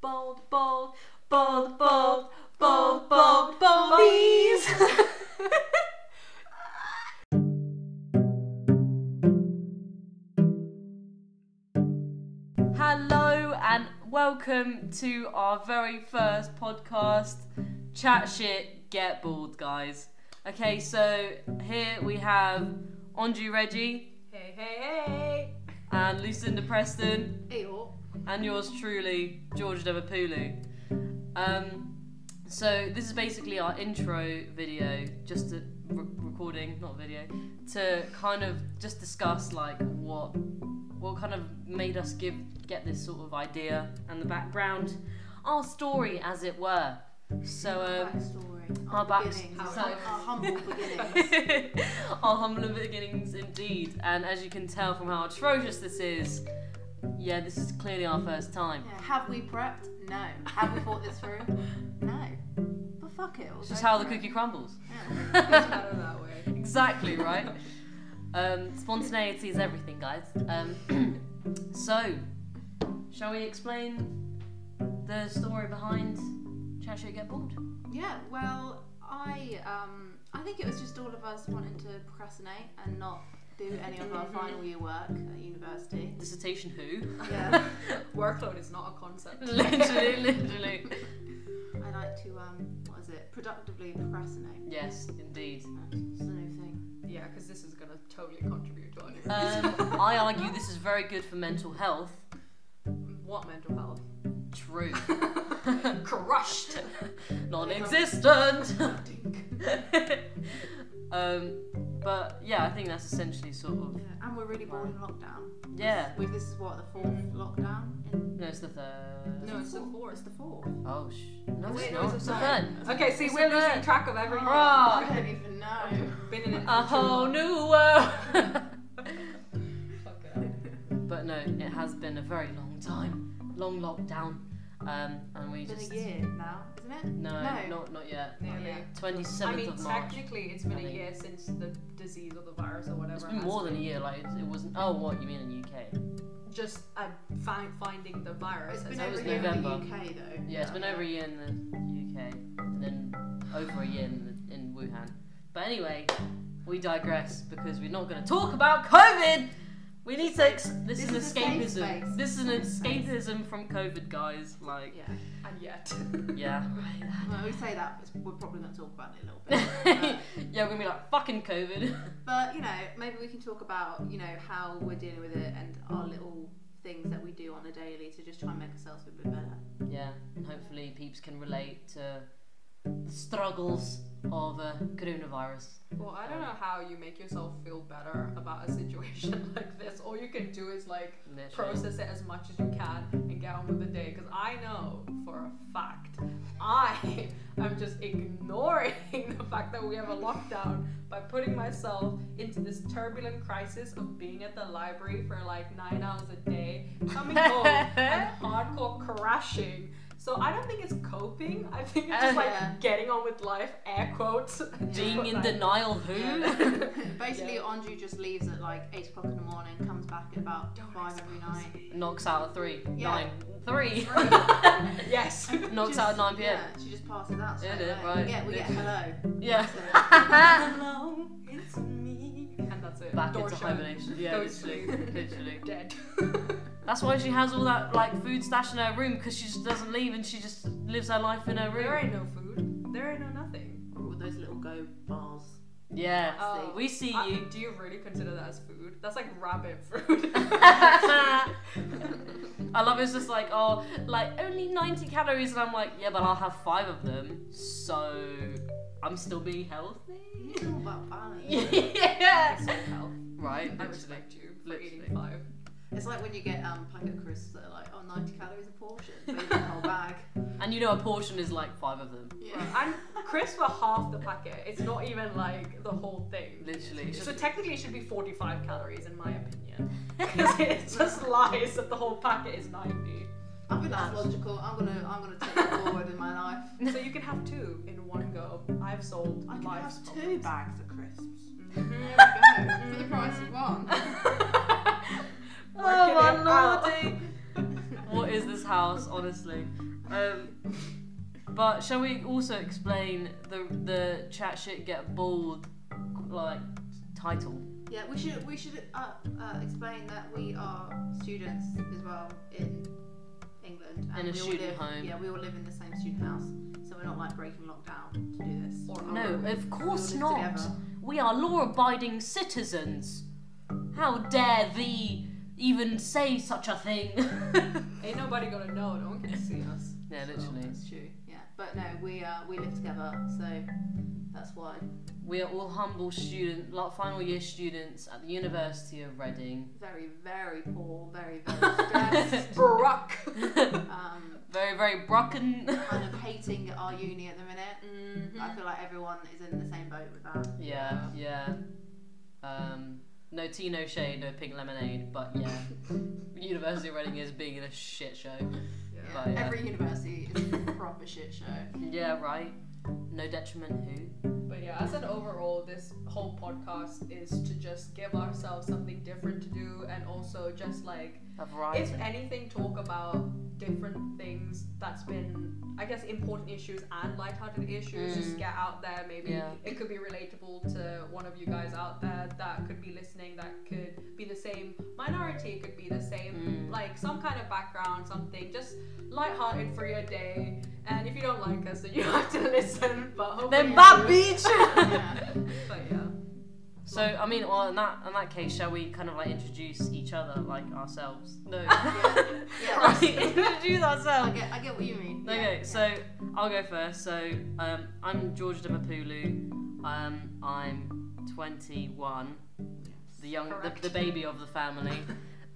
bold, bold, bold, bold, bold, bold, boldies. Hello and welcome to our very first podcast, Chat Shit, Get Bald, guys. Okay, so here we have Andre Reggie Hey, hey, and Lucinda Preston. hey! oh, Hey, all. and yours truly, George Devapulu. Um, so this is basically our intro video, just to, re- recording, not video, to kind of just discuss like what what kind of made us give get this sort of idea and the background, our story as it were. So. Um, Backstory. our back- Beginnings. so- Our, our humble beginnings. our humble beginnings indeed, and as you can tell from how atrocious this is, yeah, this is clearly our first time. Yeah, Have we prepped? No. Have we thought this through? No. But fuck it. It's just how the cookie crumbles. exactly right. Um, spontaneity is everything, guys. Um, so, shall we explain the story behind Cheshire Get Bored? Yeah, well, I um, I think it was just all of us wanting to procrastinate and not do any of our final year work at university. Dissertation who? Yeah, Workload is not a concept. Mm. literally, literally. I like to um, what is it? Productively procrastinate. Yes, indeed. It's a new thing. yeah, because this is gonna totally contribute to our new- Um, I argue this is very good for mental health. what mental health? True. Crushed. Non-existent. Dink. um, but yeah, I think that's essentially sort of Yeah, and we're really bored in lockdown. yeah. We, this is what the fourth lockdown. In, No, it's the third. No, it's the It's fourth. the fourth. Oh, sh- no, Wait, it's no, not. it's It's the the third. third. Okay, see, It's we're the third. losing track of every. Oh. Bruh. I don't even know. Been in it. A for too whole long. new world. Fuck it. but no, it has been a very long time, long lockdown, um, and we It's just been a year now, isn't it? No, No. not not yet. Nearly. Yeah. Twenty I seventh mean, of March. technically, it's been I a think. year since the disease or the virus or whatever. It's has been more than a year. Like it, it wasn't. Oh, what you mean in UK? Just uh, fi- finding the virus. It's has been That over was a year in the November. UK though. Yeah, it's been over a year in the UK, and then over a year in, the, in Wuhan. But anyway, we digress because we're not going to talk about COVID. We need to. Ex- this, This is, is a safe escapism. space. This is an Safe escapism from COVID, guys. Like, Yeah. And yet. yeah, right. Well, we say that, but we're probably going to talk about it a little bit. yeah, we're gonna be like fucking COVID. but, but, you know, maybe we can talk about you know how we're dealing with it and Mm. our little things that we do on a daily to just try and make ourselves a bit better. yeah, and hopefully peeps can relate to the struggles of uh, coronavirus. Well, I don't know how you make yourself feel better about a situation like this. All you can do is like Literally. process it as much as you can and get on with the day because I know for a fact I am just ignoring the fact that we have a lockdown by putting myself into this turbulent crisis of being at the library for like nine hours a day, coming home and hardcore crashing. So I don't think it's coping. I think it's just like Yeah. getting on with life, air quotes. Uh, Being in denial, who? Yeah. Basically, Yeah. Andrew just leaves at like eight o'clock in the morning, comes back at about Don't five every night. Knocks out at three, Yeah. nine, three. yes. Knocks Just- out at nine p.m. Yeah, she just passes out. straight Isn't it? away. Right. We get, we get hello. Yeah. Hello, it's me. And that's it. Back Door into shut. hibernation. Yeah, Go to literally, sleep. literally. Dead. That's why she has all that like food stashed in her room because she just doesn't leave and she just lives her life in her There room. ain't no food. There ain't no nothing. All those little go bars. Yeah. Oh. we see Uh, you. do you really consider that as food? That's like rabbit food. I love it's just like oh like only 90 calories and I'm like yeah but I'll have five of them so I'm still being healthy It's all about balance. yeah That's so health. right I literally. respect you for eating Literally. five. It's like when you get um, packet of crisps that are like, oh, 90 calories a portion, but you get a whole bag. and you know a portion is like five of them Yeah. And crisps were half the packet. It's not even like the whole thing. literally it's So just technically, it should be 45 calories, in my opinion. Because it just lies that the whole packet is 90. I think that's logical. I'm gonna, I'm gonna take it forward in my life. So you can have two in one go. I've sold I can life's have two problems. bags of crisps. Mm. Mhm. There we go. For the price of one. oh Working it my out. lordy what is this house, honestly? Um, but shall we also explain the the chat shit get bold like title? Yeah, we should we should uh, uh, explain that we are students as well in England. In a we all student live, home. Yeah, we all live in the same student house, so we're not like breaking lockdown to do this. Or Oh, We all No, of course live not. together. We are law-abiding citizens. How dare thee even say such a thing? Ain't nobody gonna know. No one can see us. yeah, So- literally. It's true. Yeah, but no, we uh, we live together, so that's why. We are all humble student, like final year students at the University of Reading. Very very poor, very very stressed. Brock. um, Very, very brocken. kind of hating our uni at the minute. I Mm-hmm. Mhm. feel like everyone is in the same boat with that. yeah, yeah. Um, no tea, no shade, no pink lemonade. But yeah, University of Reading is being in a shit show. Yeah. But, Oh, yeah. Every university is a proper shit show. Yeah, right. No detriment who? But yeah, as an overall, this whole podcast is to just give ourselves something different to do, and also just like A variety. if anything, talk about different things that's been, I guess, important issues and lighthearted issues. Just Mm. get out there. Maybe Yeah. it could be relatable to one of you guys out there that could be listening. That could be the same minority. It could be the same, Mm. like some kind of background, something just lighthearted for your day. And if you don't like us, then you have to listen. But hopefully Then you bad do. bitch. yeah. But yeah. so I mean, well, in that in that case, shall we kind of like introduce each other, like ourselves? No. yeah. right, introduce I ourselves. get, I get what you mean. Yeah, Okay, yeah. so I'll go first. So um, I'm Georgia Demapulu. Um, I'm 21, the young, the, Correct. the baby of the family,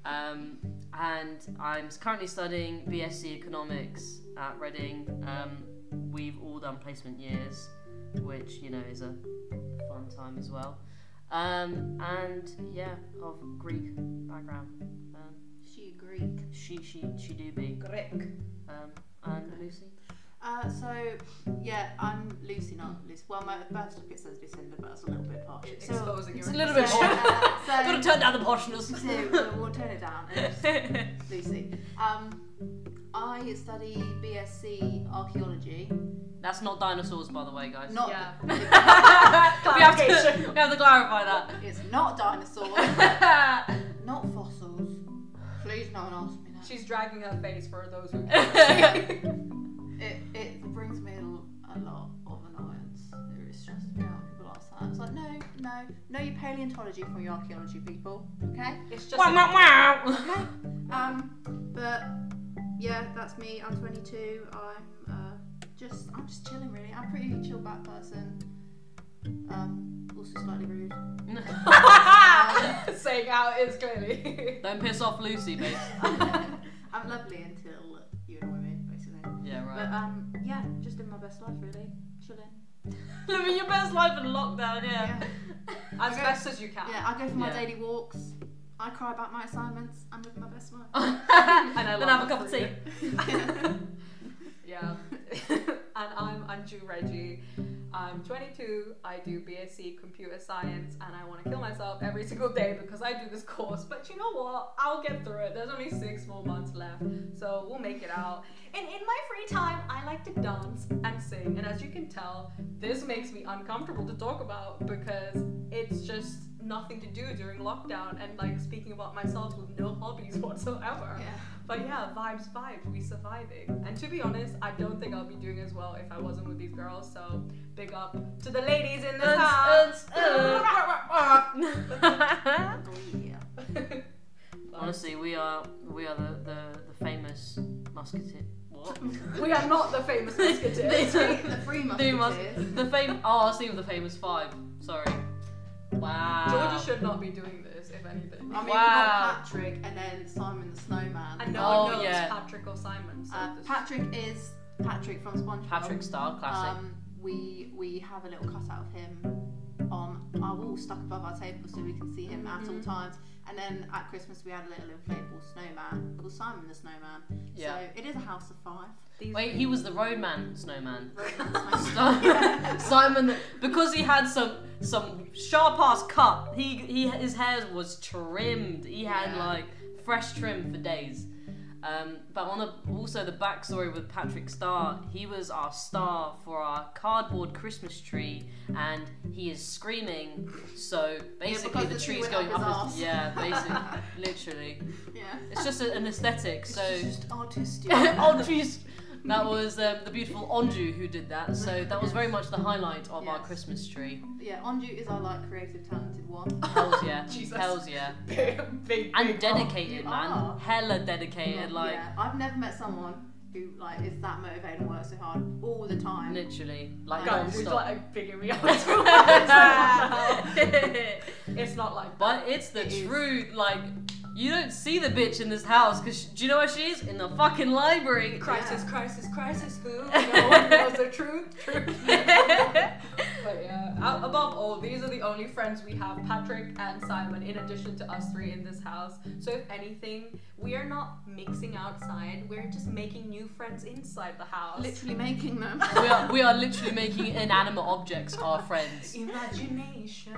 um, and I'm currently studying BSc Economics at Reading. Um, we've all done placement years, which you know is a fun time as well. Um, and yeah, of Greek background. Um, She Greek. she, she, she do be. Greek. Um, and Lucy. Uh, so yeah, I'm Lucy, not Lucy. Well, my birth certificate says Lucinda, but that's a little bit posh. So, Exposing it's your a little bit so, posh. uh, Gotta so, turn down the poshness. so we'll, we'll turn it down. And That's Lucy. Um, I study BSc archaeology. not dinosaurs, by the way, guys. Not Yeah. we, have Clarification. to, we have to clarify that. it's not dinosaurs. not fossils. Please, no one ask me that. She's dragging her face for those who It, it brings me a l- a lot of annoyance. It really stresses me out. when People ask that. It's like no, no, know your paleontology from your archaeology people. Okay. It's just Wow, wow, wow. Okay. Um, but yeah, that's me. I'm 22. I'm uh, just I'm just chilling really. I'm a pretty chill back person. Um, also slightly rude. saying out is clearly. Don't piss off Lucy, babe. I'm lovely until you annoy me, basically. Yeah, But right. um, yeah, just living my best life really. Chilling. Living your best life in lockdown, yeah. As Okay. best as you can. Yeah, I go for my Yeah. daily walks. I cry about my assignments. I'm living my best life. And I then love have a cup of that tea. Yeah. and I'm Anju Reggie. I'm 22. I do BSc computer science and I want to kill myself every single day because I do this course. But you know what? I'll get through it. There's only six more months left. So we'll make it out. And in my free time, I like to dance and sing. And as you can tell, this makes me uncomfortable to talk about because it's just nothing to do during lockdown and like speaking about myself with no hobbies whatsoever. yeah. But yeah, vibes, vibes, we surviving. And to be honest, I don't think I'll be doing as well if I wasn't with these girls. So big up to the ladies in this house. Oh, yeah. Honestly, we are we are the, the, the famous musketeer. What? we are not the famous musketeers. Three- the Three three mus- musketeers. the fame. Oh, I was thinking of the famous five. Sorry. Wow. Georgia should not be doing this, if anything. I mean, Wow. we've got Patrick and then Simon the Snowman. And no Oh, one knows yeah. Patrick or Simon. So Uh, this- Patrick is Patrick from SpongeBob. Patrick Star, classic. Um, we we have a little cutout of him on our wall stuck above our table so we can see him at Mm-hmm. all Mhm. times. And then at Christmas we had a little inflatable snowman called Simon the Snowman. yeah. So it is a house of five. these- Wait, he was the roadman snowman. Roman Simon, snowman. Simon the- because he had some some sharp ass cut. He he his hair was trimmed. He had Yeah. like fresh trim for days. Um, but on the also the backstory with Patrick Star, he was our star for our cardboard Christmas tree, and he is screaming. So basically, because the the tree tree's went going up his up. arse. yeah, basically, literally, Yeah. it's just a- an aesthetic. It's so just artistic. oh jeez. That was um, the beautiful Onju who did that. So that was very much the highlight of our Yes. Christmas tree. yeah, Anju is our like creative, talented one. Hells yeah. Jesus. Hells yeah. big, big, And big dedicated, you man. are. Hella dedicated. Like yeah, I've never met someone who like is that motivated and works so hard all the time. literally, like Guys, God, non it's who's stop. like figuring me out? but it's not like it's the It is. truth. Like you don't see the bitch in this house because do you know where she is? In the fucking library. crisis, Yeah. crisis, crisis. Who? No one knows the truth. Truth. But yeah, out, above all, these are the only friends we have Patrick and Simon, in addition to us three in this house. So, if anything, we are not mixing outside, we're just making new friends inside the house. Literally making them. we are we are literally making inanimate objects our friends. Imagination.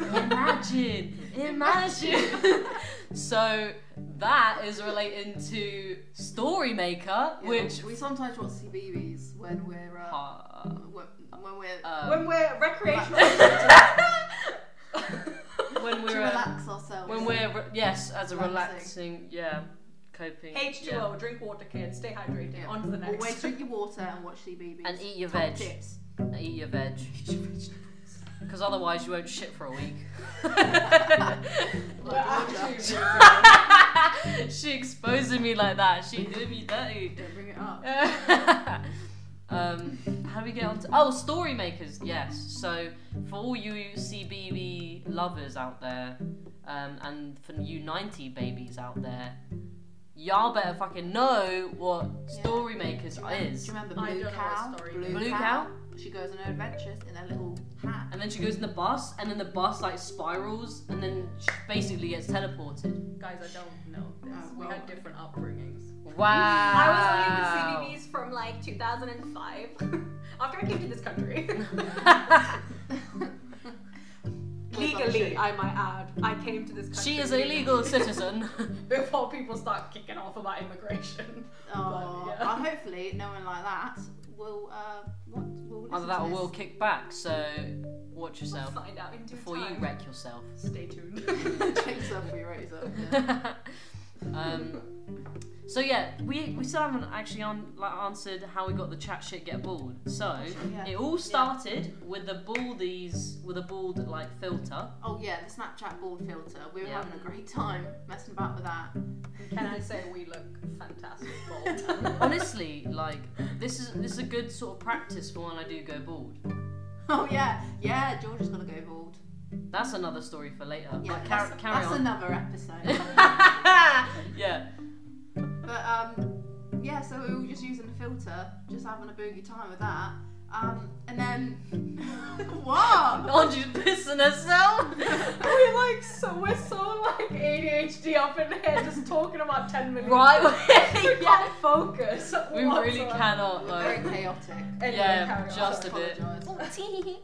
Imagine, imagine. so that is relating to Story Maker, Yeah, which we sometimes watch CBeebies when we're uh, uh, when, when we're um, when we're recreational. when to we're uh, relax ourselves. when we're re- yes as a relaxing Relaxing. yeah coping H2O, yeah. drink water, kids. Stay hydrated. Yeah. On to the next. always drink your water and watch CBeebies. and eat your Top veg tips. eat your veg because otherwise you won't shit for a week. We're Like actually Georgia. really- she exposing me like that. She did me dirty. Don't bring it up. um, how do we get on to oh story makers yes so for all you cbb lovers out there um, and for you 90 babies out there y'all better fucking know what story makers Do is you remember I Blue don't know what Cow? story Blue, is. Blue cow. She goes on her adventures in her little hat. and then she goes in the bus and then the bus like spirals and then she basically gets teleported Guys, I don't know this. Oh, we well. had different upbringings. wow I was only in the CBBS from like 2005. After I came to this country. Legally, I might add, I came to this country. she is a legal citizen Before people start kicking off about immigration. Oh, but, yeah. uh, hopefully no one like that will uh what will listen either that to or this. we'll kick back so watch We'll yourself find out in due before you time. wreck yourself Stay tuned. Jinx up or you raise up. Yeah. um, so yeah, we, we still haven't actually un- like, answered how we got the chat shit get bald. So Yeah. it all started with the baldies with a bald like filter. Oh yeah, the Snapchat board filter. We were Yeah. having a great time messing about with that. Can I say we look fantastic bald? Honestly, like this is this is a good sort of practice for when I do go bald. Oh yeah, yeah. George is gonna go bald. That's another story for later. Yeah, but that's, car- carry that's on. another episode. yeah, but um, yeah. So we were just using the filter, just having a boogie time with that. Um, and then what? Andrew's pissing herself. we like so we're so like ADHD up in here just talking about 10 minutes. We right, yeah. can't focus. we really cannot like. Very chaotic. Yeah, just a I bit. apologise.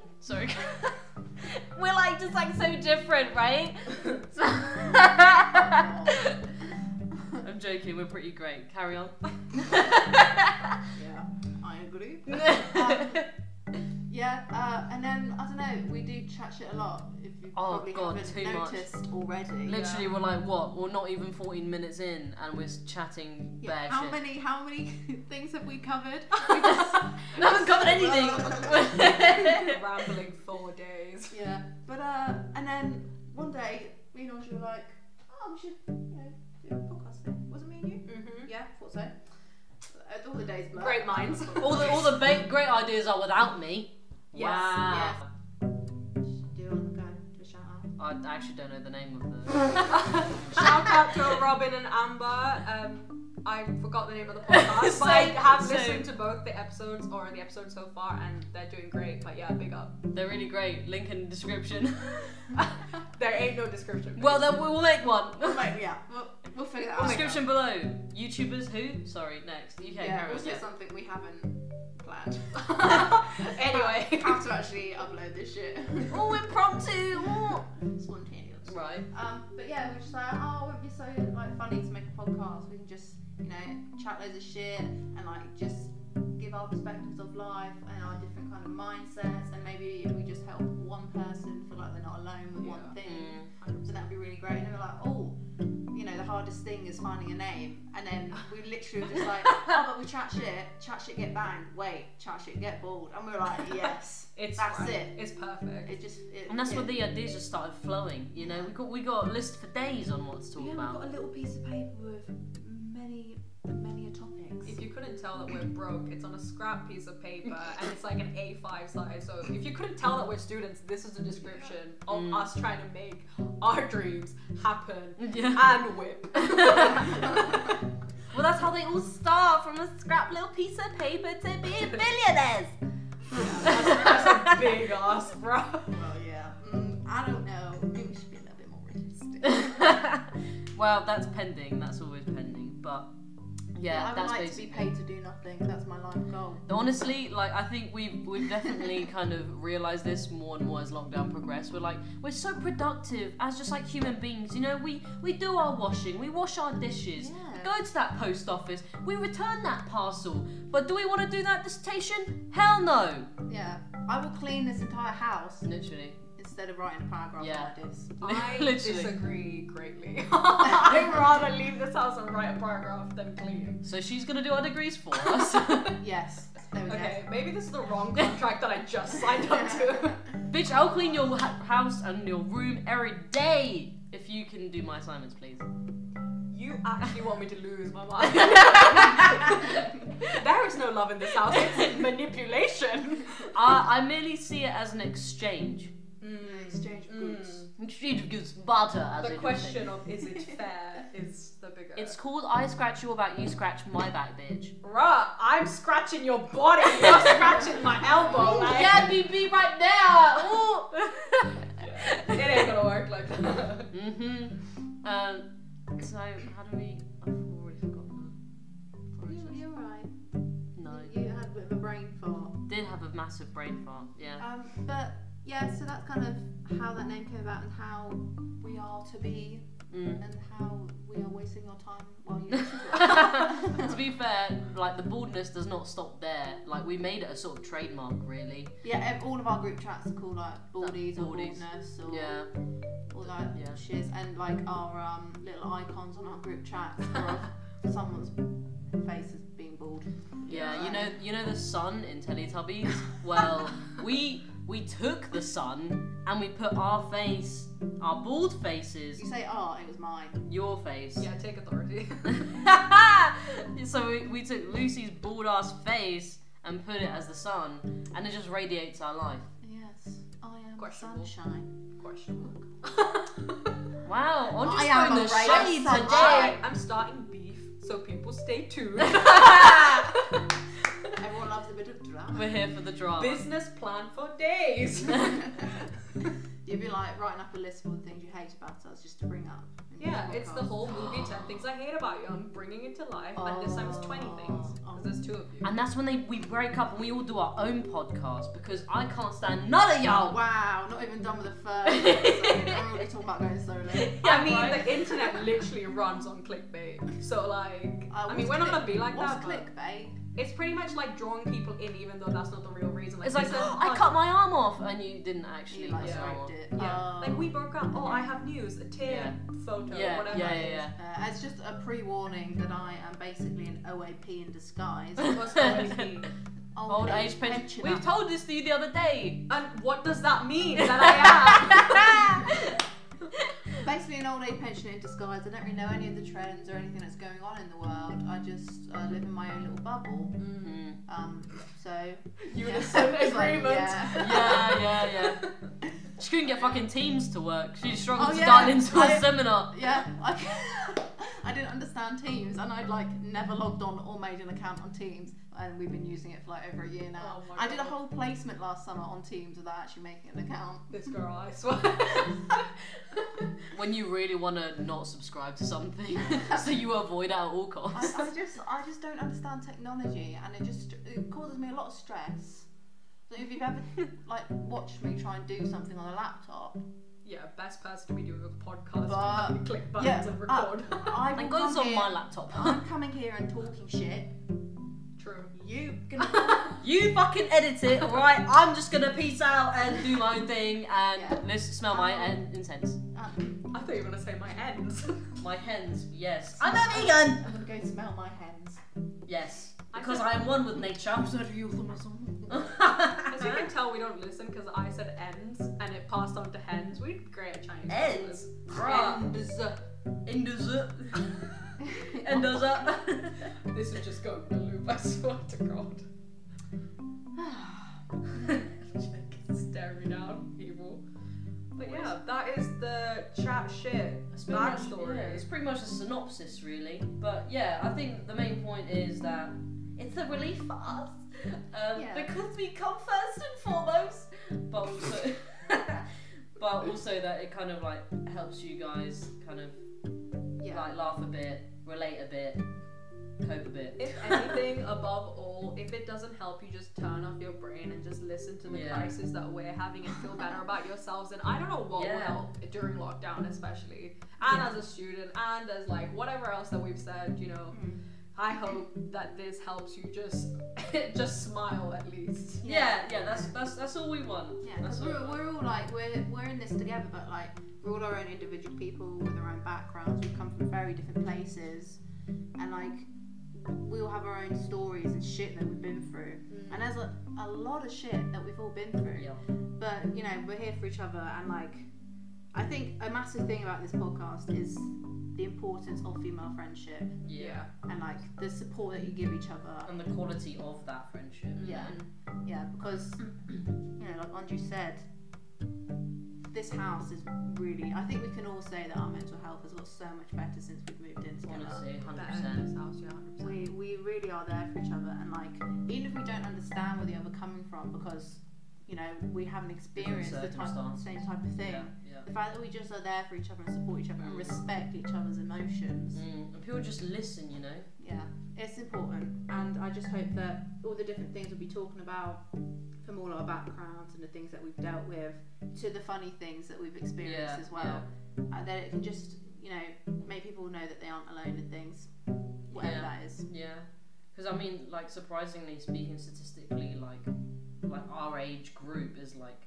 Sorry. We're like just like so different, right? I'm joking, we're pretty great. Carry on. Yeah, I agree. Um, oh Yeah, uh, and then I don't know. We do chat shit a lot. If you Oh, probably God, haven't too much. noticed already. Literally we're like what? We're not even 14 minutes in and we're s- chatting Yeah, bare how shit. many how many things have we covered? We just, we haven't covered anything. Rambling four days. yeah, but uh, and then one day me and Audrey were like, oh, we should you know do a podcast thing. Was it me and you? Mm-hmm. Yeah, thought so. Uh, All the days blur. Great minds. all the all the ba- great ideas are without me. Yes, Wow. yes. Should do on the go. Do a shout out. I actually don't know the name of the Shout out to Robin and Amber. Um, I forgot the name of the podcast, but I Same, have same. listened to both the episodes or the episodes so far, and they're doing great. But yeah, big up. They're really great. Link in the description. There ain't no description. well then we'll make one. Right, yeah, we'll, we'll figure that out. Description below. YouTubers who? Sorry, next. UK Yeah, carry on. also something we haven't planned. anyway, How to actually upload this shit. Oh, impromptu. Oh. Spontaneous. Right. Um, but yeah, we we're just like, oh, it would be so like funny to make a podcast. We can just you know, chat loads of shit and like just give our perspectives of life and our different kind of mindsets. And maybe if we just help one person feel like they're not alone with one Yeah. Mm. thing, so that'd be really great. And then we're like, oh, you know, the hardest thing is finding a name. And then we literally were just like, oh, but we chat shit, chat shit, get banged. Wait, chat shit, get bored. And we were like, yes, It's That's fine. it. It's perfect. it just. It, And that's it, where the ideas just started flowing. You know, we got we got a list for days on what to talk Yeah, we've about. got a little piece of paper with many, many a topics. If you couldn't tell that we're broke, it's on a scrap piece of paper and it's like an A5 size. So if you couldn't tell that we're students, this is a description of Mm. us trying to make our dreams happen Yeah. and whip. well, that's how they all start from a scrap little piece of paper to be millionaires. That's a big ask, bro. Well, yeah. Mm, I don't know. Maybe we should be a little bit more realistic. well, that's pending. That's always pending. But yeah, I would that's like basically. to be paid to do nothing. That's my life goal. Honestly, like I think we've we've definitely kind of realised this more and more as lockdown progressed. We're like we're so productive as just like human beings. You know, we we do our washing, we wash our dishes, Yeah. go to that post office, we return that parcel. But do we want to do that dissertation? Hell no. Yeah. I will clean this entire house Literally, instead of writing a paragraph Yeah. like this. I literally. disagree greatly. I'd rather leave this house and write a paragraph than clean. So she's gonna do our degrees for us. Yes. There we Okay, maybe this is the wrong contract that I just signed go. up to. Bitch, I'll clean your ha- house and your room every day if you can do my assignments, please. You actually want me to lose my mind. there is no love in this house. It's manipulation. I I merely see it as an exchange. Hmm. Exchange of goods. Exchange of goods, barter. As they The do say. question of is it fair is the bigger. It's called I scratch your back, you scratch my back, bitch. Bruh, I'm scratching your body. You're scratching my elbow. Like, Yeah, BB right there. It ain't gonna work like that. Ooh. mhm. Um. So how do we? I've already forgotten. that. Probably You- just- You're right. No. You had a bit of a brain fart. Did have a massive brain fart. Yeah. Um, but yeah, so that's kind of how that name came about and how we are to be Mm. and how we are wasting your time while you listen to us. to be fair, like the baldness does not stop there. Like we made it a sort of trademark, really. Yeah, ev- all of our group chats are called like baldies or Baldies. baldness or Yeah. all that Yeah. shiz, and like our um, little icons on our group chats are of someone's face is being bald. Yeah, you know, you know the sun in Teletubbies. Well, we we took the sun and we put our face, our bald faces, You say, "Ah, it was mine." your face. Yeah, take authority. so we, we took Lucy's bald ass face and put it as the sun, and it just radiates our life. Yes, I am Questionable. sunshine. Question. Wow, I'm I am just a throwing the shade racist. today. I, I'm starting beef, so people stay tuned. Everyone loves a bit of drama. We're here for the drama. Business plan for days. You'd be like writing up a list of all the things you hate about us just to bring up. in your Yeah, it's the podcast. whole movie 10 things I hate about you. I'm bringing it to life, but this time it's 20 things. Because there's two of you. and that's when they we break up and we all do our own podcast because I can't stand none of y'all. Oh, Wow, not even done with the first. episode. I'm already talking about going solo. I mean, right. the internet literally runs on clickbait. So, like, Uh, I mean, what's we're not click- gonna be like What's that. but clickbait? It's pretty much like drawing people in, even though that's not the real reason. It's like, this is "Oh, I fun." cut my arm off, and you didn't actually. You like cut your arm scraped off. it. Yeah. Oh. Like, we broke up. Oh, I have news. A tear photo. Yeah, whatever. yeah, it yeah, is. yeah. Uh, it's just a pre-warning that I am basically an OAP in disguise. What's OAP? Old, Old age pension. pensioner. We've told this to you the other day. and what does that mean that basically an old age pensioner in disguise. I don't really know any of the trends or anything that's going on in the world. I just uh, live in my own little bubble. Mm. Um, so I am? yeah. Unison It's like, agreement. yeah. Yeah, yeah, yeah. She couldn't get fucking teams to work. She struggled Oh, to yeah. dial into a I- seminar. Yeah, I, I didn't understand Teams, and I'd like never logged on or made an account on Teams, and we've been using it for like over a year now. Oh my I did a God. whole placement last summer on Teams without actually making an account. This girl, I swear. When you really want to not subscribe to something, so you avoid at all I, costs. I just, I just don't understand technology, and it just it causes me a lot of stress. So if you've ever like watched me try and do something on a laptop, yeah, best person to be doing a podcast. But- and click buttons yeah, and uh, record. I will That goes come on here, my laptop. I'm coming here and talking shit. True. You gonna You fucking edit it, alright? I'm just gonna peace out and do my own thing and Yeah. listen, smell my en- incense. I thought you were gonna say my ends. My hens, yes. I'm a vegan! I'm gonna go smell my hens. Yes. I Because said- I am one with nature. As you Uh-huh. can tell, we don't listen because I said ends and it passed on to hens. We're great at Chinese. Ends? Bruh. In the zoo. In the zoo. This is just going to loop. I swear to God. Jack is staring me down, evil. But yeah, that is the chat shit. It's pretty much- Backstory. yeah, it's pretty much a synopsis, really. But yeah, I think the main point is that it's a relief for us um, Yeah. because we come first and foremost, but also, but also that it kind of like helps you guys kind of Yeah. like laugh a bit, relate a bit, cope a bit. If anything, above all, if it doesn't help you, just turn off your brain and just listen to the Yeah. crisis that we're having and feel better about yourselves. And I don't know what will Yeah. help during lockdown, especially, and Yeah. as a student, and as like whatever else that we've said. You know, Mm. I hope that this helps you just just smile at least. yeah, yeah, that's that's that's all we want. Yeah, that's because all we we're, want. we're all like we're we're in this together, but like we're all our own individual people with our own backgrounds. We come from very different places, and like we all have our own stories and shit that we've been through. And there's a, a lot of shit that we've all been through. Yeah. But you know, we're here for each other, and like I think a massive thing about this podcast is the importance of female friendship yeah, and like the support that you give each other. and the quality of that friendship. Yeah. Yeah, because you know, like Andrew said, this house is really. I think we can all say that our mental health has got so much better since we've moved in together. Honestly, hundred Better percent. in this house, yeah, 100%. We we really are there for each other, and like even if we don't understand where the other coming from, because you know we haven't experienced the type, circumstance. same type of thing. Yeah, yeah. The fact that we just are there for each other and support each other and Mm. respect each other's emotions. Mm, and people just listen, you know. yeah, it's important, and I just hope that all the different things we'll be talking about from all our backgrounds and the things that we've dealt with to the funny things that we've experienced Yeah, as well, and that it can just you know make people know that they aren't alone in things, whatever Yeah. that is. Yeah, because I mean, like surprisingly speaking, statistically, like like our age group is like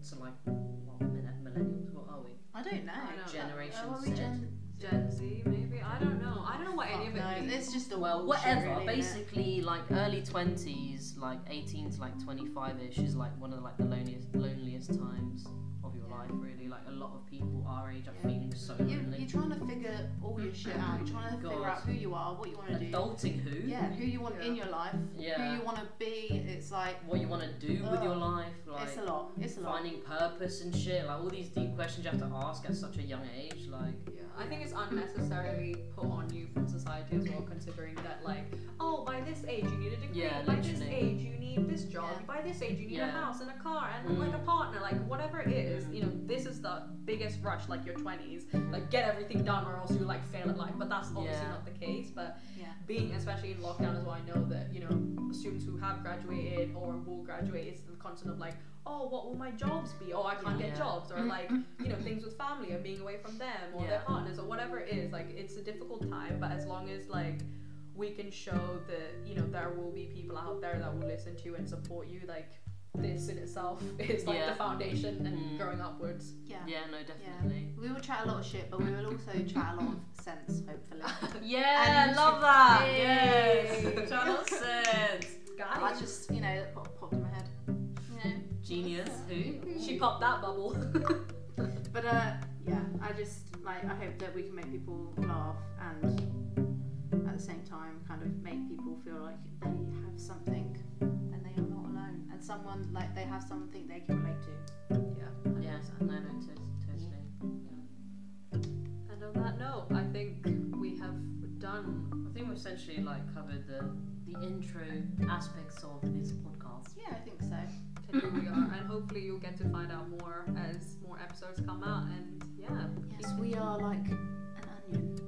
so like what millen- millennials? What are we? I don't know. I know. Generation Oh, are we Z. gen- Gen Z, maybe? I don't know. I don't know what any Fuck of it knows. means. It's just a well, bullshit, whatever. really, isn't it? Basically, like early twenties, like eighteen to like twenty five ish, is like one of like the loneliest loneliest times of your Yeah. life. Really, like a lot of people our age are Yeah. feeling so You, lonely. you're trying to figure all your shit out. You're trying to figure God. out who you are, what you want to do. Adulting who? Yeah, who you want Yeah. in your life, Yeah. who you want to be. It's like What you want to do with Ugh. your life? Like it's a lot. It's a lot. finding purpose and shit. Like all these deep questions you have to ask at such a young age. Like. Yeah, I think it's unnecessarily put on you from society as well, considering that like, oh, by this age you need a degree, Yeah, by this literally. age you need this job, Yeah. by this age you need a Yeah. house and a car and Mm. like a partner, like whatever it is, Mm. you know, this is the biggest rush, like your twenties, like get everything done or else you like fail at life. But that's obviously Yeah. not the case. But Yeah. being especially in lockdown as well, I know that you know students who have graduated or will graduate, it's the constant of like, oh, what will my jobs be? Oh, I can't Yeah. get jobs, or like you know things with family and being away from them or their Yeah. partners or whatever it is like it's a difficult time but as long as like we can show that you know there will be people out there that will listen to you and support you like this in itself is like Yeah. the foundation and Mm. growing upwards Yeah. Yeah, no, definitely. We will chat a lot of shit, but we will also chat a lot of sense, hopefully. Yeah, And- love that. Yay. Yes, channel sense. I guys just, you know, that pop- popped in my head. You know. Genius. Who? she popped that bubble But uh, yeah, I just like I hope that we can make people laugh and at the same time kind of make people feel like they have something and they are not alone and someone like they have something they can relate to. yeah Yes, no, no, to- totally. and on that note i think we have done I think we've essentially like covered the the intro aspects of this podcast. Yeah, I think so. to who we are and hopefully you'll get to find out more as more episodes come out and yeah Yes, we are like an onion.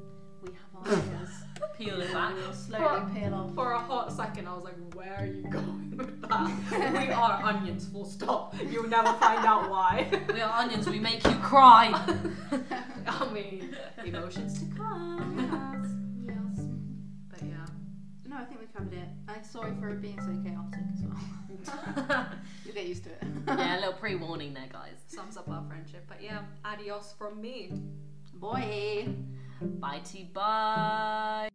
We have our layers. peel it back. It'll slowly peel off. For a hot second, I was like, where are you going with that? we are onions, full stop. You'll never find out why. We are onions. We make you cry. I mean, emotions to come. Yes. But yeah. No, I think we covered it. I'm sorry for it being so chaotic as well. yeah, You'll get used to it. a little pre-warning there, guys. sums up our friendship. But yeah, adios from me. Boy. Bye, bye.